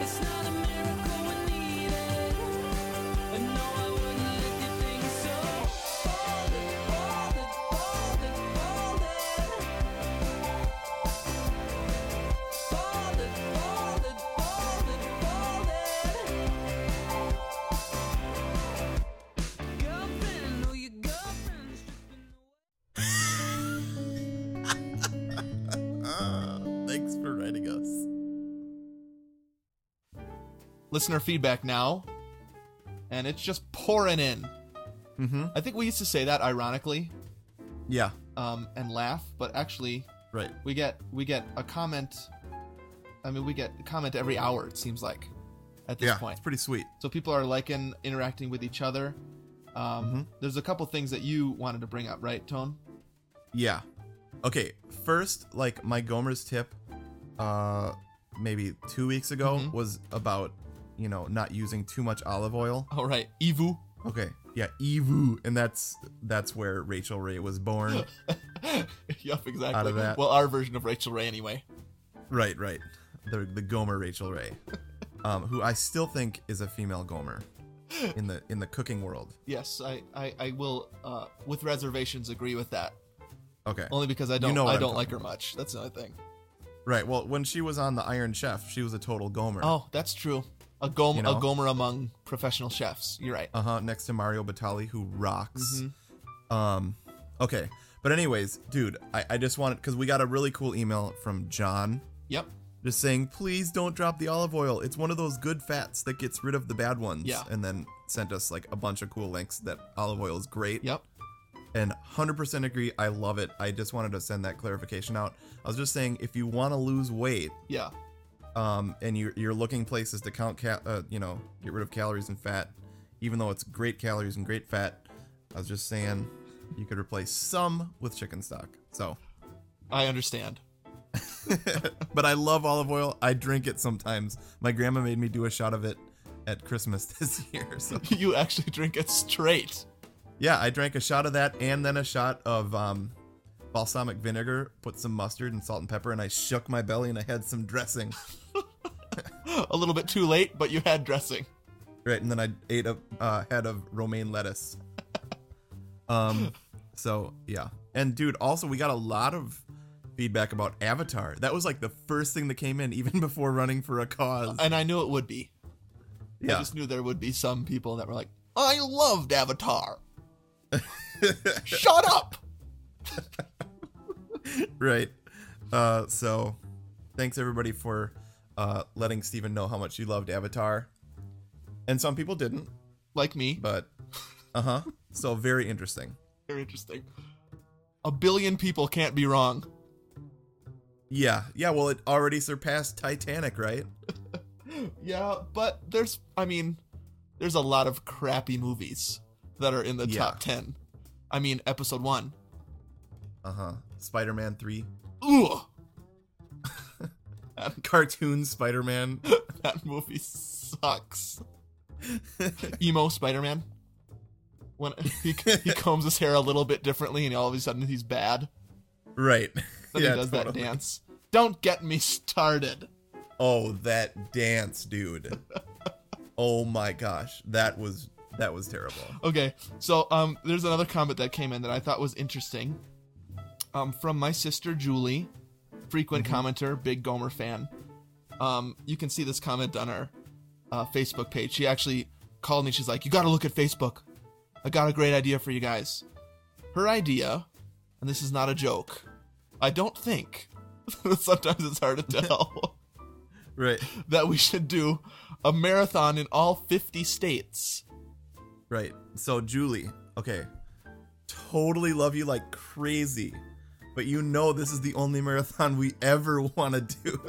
S5: It's not a miracle we needed. And no, I wouldn't let you think so. Hold it, hold it, hold it, hold it. Hold it, hold it, hold it, hold it. Girlfriend, oh, your girlfriend's dripping away.
S2: Uh, thanks for writing us.
S1: listener feedback now, and it's just pouring in.
S2: Mm-hmm.
S1: I think we used to say that ironically
S2: Yeah.
S1: um, and laugh, but actually
S2: Right.
S1: we get we get a comment. I mean, we get a comment every hour. It seems like at this
S2: yeah.
S1: point.
S2: It's pretty sweet.
S1: So people are liking interacting with each other. Um,
S2: Mm-hmm.
S1: There's a couple things that you wanted to bring up, right, Tone?
S2: Yeah. Okay, first, like my Gomer's tip, uh, maybe two weeks ago
S1: Mhm.
S2: was about, you know, not using too much olive oil.
S1: All right, Evu.
S2: Okay, yeah, Evu, and that's that's where Rachel Ray was born.
S1: yep, exactly.
S2: Out of that.
S1: Well, our version of Rachel Ray, anyway.
S2: right, right, the the Gomer Rachel Ray, um, who I still think is a female Gomer in the in the cooking world.
S1: Yes, I I, I will uh, with reservations agree with that.
S2: Okay,
S1: Only because I don't
S2: know what
S1: I
S2: I'm
S1: don't like
S2: talking
S1: her much. That's another thing.
S2: right. Well, when she was on the Iron Chef, she was a total Gomer.
S1: Oh, that's true. A gomer,
S2: You know?
S1: a gomer among professional chefs. You're right.
S2: Uh huh. Next to Mario Batali, who rocks.
S1: Mm-hmm.
S2: Um, okay. But anyways, dude, I, I just wanted because we got a really cool email from John,
S1: Yep.
S2: just saying, please don't drop the olive oil. It's one of those good fats that gets rid of the bad ones.
S1: Yeah.
S2: And then sent us like a bunch of cool links that olive oil is great.
S1: Yep.
S2: and 100% agree. I love it. I just wanted to send that clarification out. I was just saying if you want to lose weight,
S1: Yeah.
S2: um, and you're, you're looking places to count, ca- uh, you know, get rid of calories and fat, even though it's great calories and great fat. I was just saying you could replace some with chicken stock. So,
S1: I understand.
S2: but I love olive oil. I drink it sometimes. My grandma made me do a shot of it at Christmas this year. So,
S1: You actually drink it straight.
S2: yeah, I drank a shot of that and then a shot of um, balsamic vinegar, put some mustard and salt and pepper, and I shook my belly and I had some dressing.
S1: A little bit too late, but you had dressing.
S2: Right, and then I ate a uh, head of romaine lettuce. um, so yeah, and dude, also we got a lot of feedback about Avatar. That was like the first thing that came in, even before running for a cause.
S1: And I knew it would be. I
S2: yeah,
S1: just knew there would be some people that were like, I loved Avatar. Shut up.
S2: right. Uh, so thanks everybody for uh letting Steven know how much you loved Avatar. And some people didn't,
S1: Like me.
S2: but uh huh. So very interesting.
S1: Very interesting. A billion people can't be wrong.
S2: Yeah, yeah. Well, it already surpassed Titanic, right?
S1: Yeah, but there's, I mean, there's a lot of crappy movies that are in the
S2: Yeah.
S1: top 10. I mean, episode one.
S2: Uh huh. Spider Man three.
S1: Ooh,
S2: cartoon Spider-Man.
S1: that movie sucks. Emo Spider Man. When he, he combs his hair a little bit differently and all of a sudden he's bad.
S2: right.
S1: Then he does that
S2: totally.
S1: dance. Don't get me started.
S2: Oh, that dance, dude. oh my gosh, that was that was terrible.
S1: Okay, so um, there's another comment that came in that I thought was interesting. Um, from my sister Julie, frequent commenter, big Gomer fan. Um, you can see this comment on our uh, Facebook page. She actually called me. She's like, "You got to look at Facebook. I got a great idea for you guys." Her idea, and this is not a joke. I don't think. sometimes it's hard to tell
S2: Right.
S1: that we should do a marathon in all 50 states.
S2: Right. So Julie, okay. Totally love you like crazy. But you know this is the only marathon we ever want to do.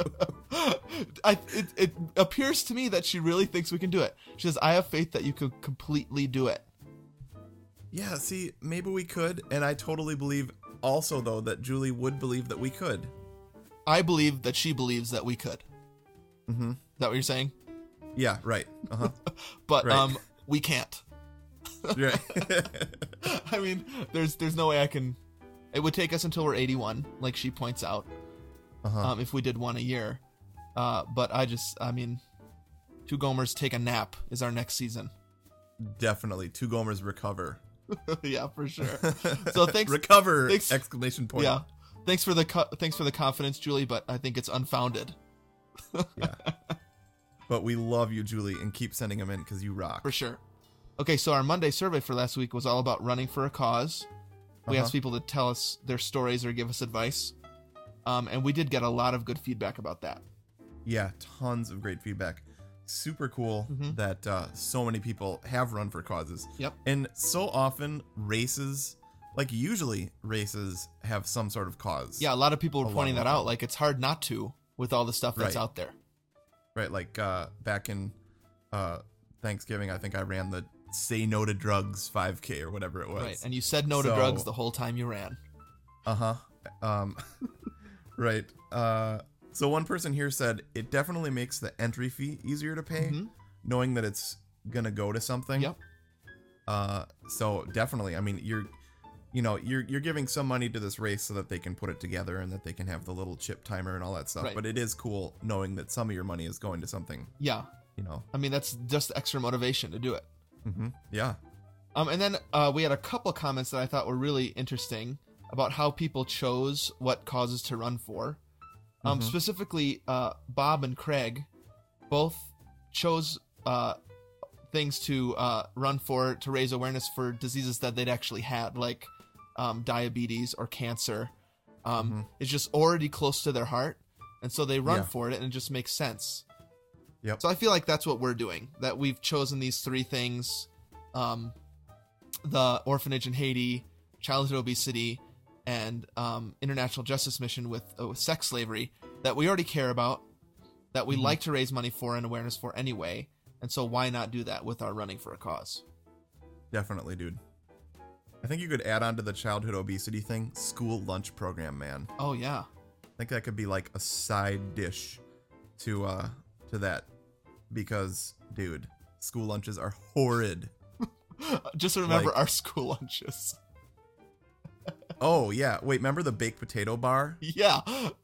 S1: I, it, it appears to me that she really thinks we can do it. She says, I have faith that you could completely do it.
S2: yeah, see, maybe we could, and I totally believe also though that Julie would believe that we could.
S1: I believe that she believes that we could. Mm-hmm. Is that what you're saying?
S2: Yeah, right. Uh-huh.
S1: But
S2: Right.
S1: um, we can't.
S2: right.
S1: I mean, there's there's no way I can. It would take us until we're 81, like she points out, um, if we did one a year. Uh, but I just, I mean, two Gomers take a nap is our next season.
S2: Definitely. Two Gomers recover.
S1: yeah, for sure. So thanks.
S2: recover
S1: thanks-
S2: exclamation point.
S1: Yeah. Thanks for the co- thanks for the confidence, Julie, but I think it's unfounded
S2: But we love you, Julie, and keep sending them in because you rock.
S1: for sure. Okay, so our Monday survey for last week was all about running for a cause. We asked people to tell us their stories or give us advice, um, and we did get a lot of good feedback about that.
S2: Yeah, tons of great feedback. Super cool that uh, so many people have run for causes.
S1: Mm-hmm. Yep.
S2: And so often races, like usually races, have some sort of cause.
S1: Yeah, a lot of people were
S2: lot
S1: pointing
S2: of
S1: that out. Like it's hard not to with all the stuff that's
S2: Right.
S1: out there.
S2: Right. Like uh, back in uh, Thanksgiving, I think I ran the "Say No to Drugs" 5K or whatever it was.
S1: Right, and you said no to
S2: So-
S1: drugs the whole time you ran.
S2: Uh-huh. Um right. Uh so one person here said it definitely makes the entry fee easier to pay knowing that it's going to go to something.
S1: Mm-hmm. Yep.
S2: Uh so definitely, I mean, you're you know, you're you're giving some money to this race so that they can put it together and that they can have the little chip timer and all that stuff,
S1: Right.
S2: but it is cool knowing that some of your money is going to something,
S1: Yeah,
S2: you know.
S1: I mean that's just extra motivation to do it.
S2: Mhm. Yeah.
S1: Um, and then uh, we had a couple comments that I thought were really interesting about how people chose what causes to run for. Um, Specifically, uh, Bob and Craig both chose uh, things to uh, run for to raise awareness for diseases that they'd actually had, like um, diabetes or cancer. Um, It's just already close to their heart. And so they run
S2: Mm-hmm. Yeah.
S1: for it, and it just makes sense.
S2: Yep.
S1: So I feel like that's what we're doing. That we've chosen these three things, um, the orphanage in Haiti, childhood obesity, and um, international justice mission with, uh, with sex slavery that we already care about, that
S2: Mm-hmm.
S1: we like to raise money for and awareness for anyway. And so why not do that with our running for a cause?
S2: Definitely, dude. I think you could add on to the childhood obesity thing school lunch program, man.
S1: Oh yeah,
S2: I think that could be like a side dish to uh to that because dude, school lunches are horrid.
S1: just remember
S2: Like-
S1: our school lunches.
S2: Oh yeah, wait, remember the baked potato bar?
S1: Yeah,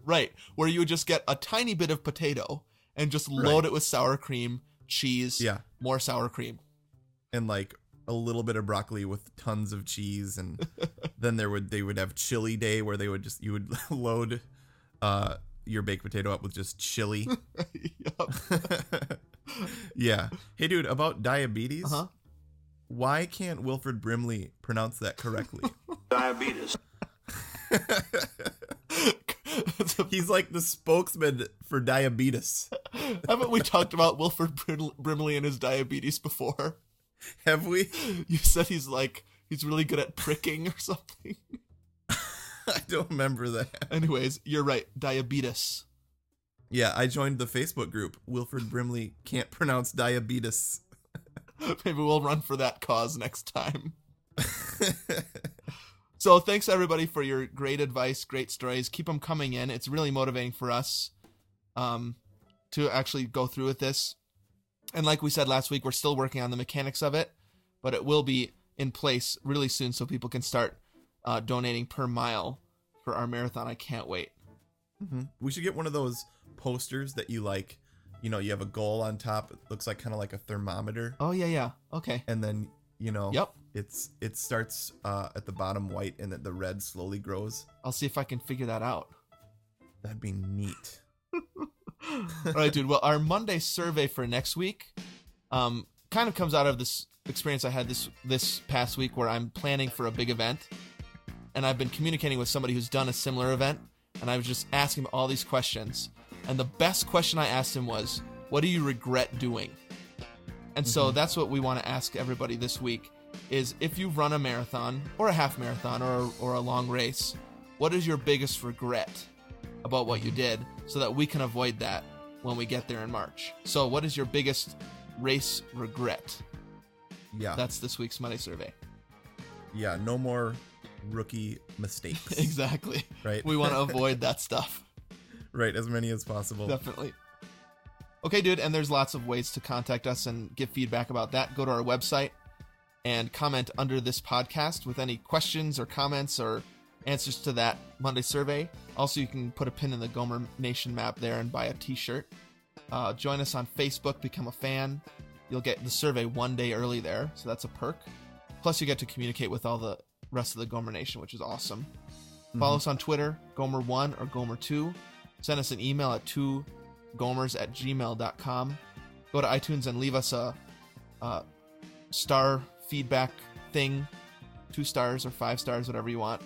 S1: right. Where you would just get a tiny bit of potato and just load
S2: Right.
S1: it with sour cream, cheese,
S2: Yeah,
S1: more sour cream.
S2: and like a little bit of broccoli with tons of cheese and then there would they would have chili day where they would just you would load uh your baked potato up with just chili.
S1: Yup.
S2: yeah. Hey dude, about diabetes?
S1: Uh-huh.
S2: Why can't Wilfred Brimley pronounce that correctly?
S1: It's a-
S2: He's like the spokesman for diabetes.
S1: Haven't we talked about Wilford Brim- Brimley and his diabetes before?
S2: Have we?
S1: You said he's like he's really good at pricking or something.
S2: I don't remember that.
S1: Anyways, you're right. Diabetes.
S2: Yeah, I joined the Facebook group. Wilfred Brimley can't pronounce diabetes.
S1: Maybe we'll run for that cause next time. So thanks everybody for your great advice, great stories. Keep them coming in. It's really motivating for us um, to actually go through with this. And like we said last week, we're still working on the mechanics of it, but it will be in place really soon, so people can start uh, donating per mile for our marathon. I can't wait. Mm-hmm.
S2: Mhm. We should get one of those posters that you like, you know, you have a goal on top. It looks like kind of like a thermometer.
S1: Oh yeah, yeah. Okay.
S2: And then, you know,
S1: Yep.
S2: it's it starts uh, at the bottom white and then the red slowly grows.
S1: I'll see if I can figure that out.
S2: That'd be neat.
S1: All right, dude. Well, our Monday survey for next week um, kind of comes out of this experience I had this this past week where I'm planning for a big event, and I've been communicating with somebody who's done a similar event, and I was just asking him all these questions, and the best question I asked him was, "What do you regret doing?" And so that's what we want to ask everybody this week is if you've run a marathon or a half marathon or or a long race, what is your biggest regret about what you did so that we can avoid that when we get there in March? So what is your biggest race regret?
S2: Yeah.
S1: That's this week's Money survey.
S2: yeah, no more rookie mistakes.
S1: Exactly.
S2: Right.
S1: We want to avoid that stuff.
S2: right, as many as possible.
S1: Definitely. Okay, dude, and there's lots of ways to contact us and give feedback about that. Go to our website and comment under this podcast with any questions or comments or answers to that Monday survey. Also, you can put a pin in the Gomer Nation map there and buy a t shirt. Uh, join us on Facebook, become a fan. You'll get the survey one day early there, so that's a perk. Plus, you get to communicate with all the rest of the Gomer Nation, which is awesome. Follow us on Twitter, Gomer1 or Gomer2. Send us an email at 2gomers at gmail.com. Go to iTunes and leave us a, a star feedback thing two stars or five stars, whatever you want.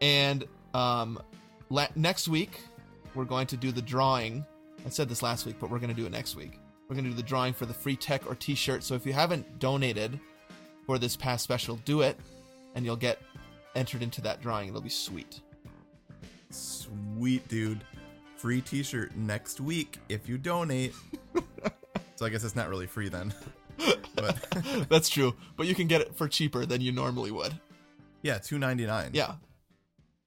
S1: And um, la- next week, we're going to do the drawing. I said this last week, but we're going to do it next week. We're going to do the drawing for the free tech or t shirt. So if you haven't donated for this past special, do it and you'll get entered into that drawing. It'll be sweet.
S2: Sweet dude. Free t shirt next week if you donate. so I guess it's not really free then. but
S1: That's true, but you can get it for cheaper than you normally would.
S2: yeah, two ninety nine.
S1: Yeah.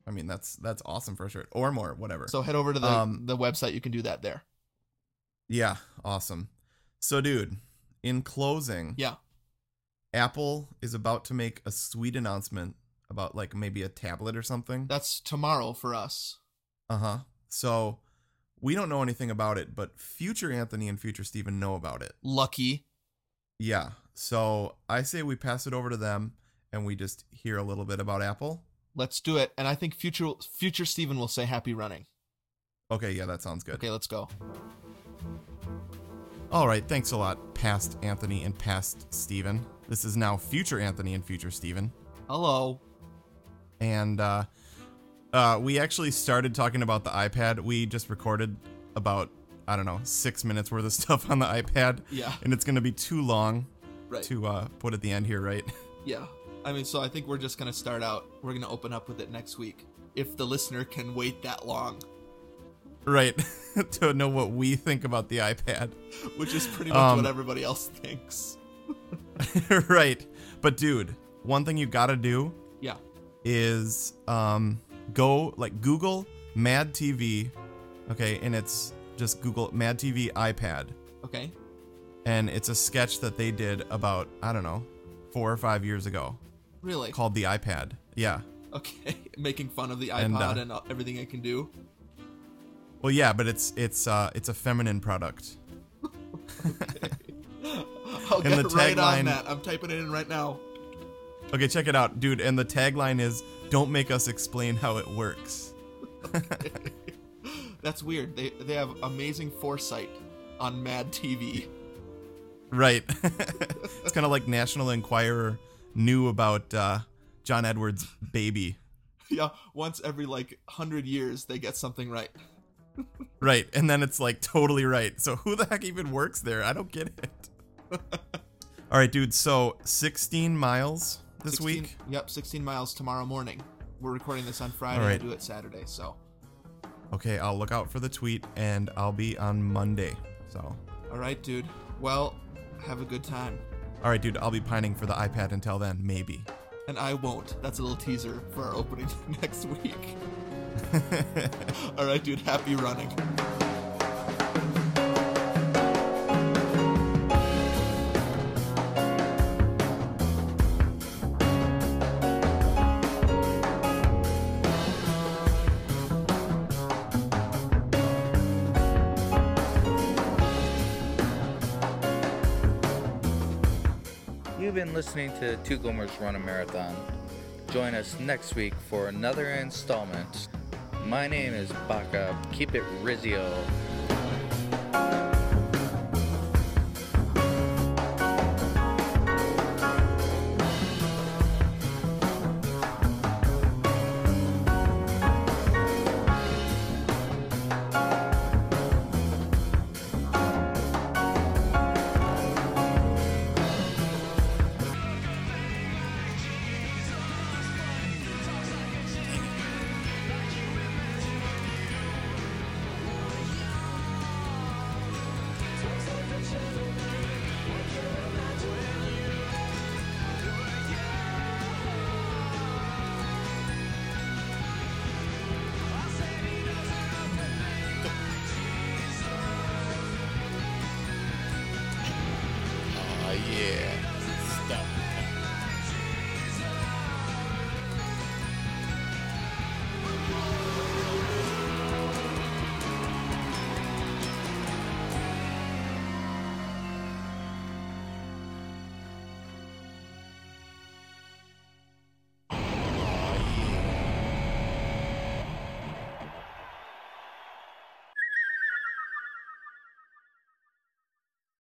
S2: I mean that's that's awesome for a shirt. Or more, whatever.
S1: So head over to the,
S2: Um,
S1: the website. You can do that there.
S2: yeah, awesome. So dude, in closing,
S1: Yeah.
S2: Apple is about to make a sweet announcement about like maybe a tablet or something.
S1: That's tomorrow for us.
S2: Uh huh. So we don't know anything about it, but future Anthony and future Steven know about it.
S1: Lucky.
S2: Yeah. So I say we pass it over to them and we just hear a little bit about Apple.
S1: Let's do it. And I think future future Steven will say happy running.
S2: Okay, yeah, that sounds good.
S1: Okay, let's go.
S2: All right, thanks a lot, past Anthony and past Steven. This is now future Anthony and future Steven.
S1: Hello.
S2: And uh, uh, we actually started talking about the iPad. We just recorded about, I don't know, six minutes worth of stuff on the iPad.
S1: Yeah.
S2: And it's going to be too long
S1: Right.
S2: to uh, put at the end here, right?
S1: Yeah. I mean, so I think we're just gonna start out. We're gonna open up with it next week, if the listener can wait that long,
S2: Right. to know what we think about the iPad.
S1: which is pretty much
S2: Um,
S1: what everybody else thinks.
S2: right. But dude, one thing you gotta do
S1: Yeah.
S2: is um go like Google Mad TV. Okay, and it's just Google Mad TV iPad.
S1: Okay.
S2: And it's a sketch that they did about, I don't know, four or five years ago
S1: Really.
S2: called the iPad. Yeah.
S1: Okay. Making fun of the iPod
S2: And,
S1: and,
S2: uh,
S1: uh, everything it can do.
S2: Well yeah, but it's it's uh it's a feminine product.
S1: I'll
S2: and
S1: get
S2: the
S1: right
S2: tagline-
S1: on that. I'm typing it in right now.
S2: Okay, check it out, dude. And the tagline is Don't make us explain how it works.
S1: That's weird. They they have amazing foresight on Mad TV.
S2: Right. it's kind of like National Enquirer knew about uh, John Edwards' baby.
S1: Yeah, once every like hundred years they get something right.
S2: Right. And then it's like totally right. So who the heck even works there? I don't get it. All right, dude. So 16 miles this
S1: 16
S2: week.
S1: Yep, 16 miles tomorrow morning. We're recording this on Friday.
S2: All right.
S1: I do it Saturday, so
S2: Okay, I'll look out for the tweet and I'll be on Monday. So, all
S1: all right, dude. Well, have a good time,
S2: right, dude. I'll be pining for the iPad until then, maybe.
S1: and I won't. That's a little teaser for our opening next week. all right, dude. Happy running.
S6: You've been listening to Two Gomers Run a Marathon. Join us next week for another installment. My name is Baka. Keep it Rizio. Oh, yeah.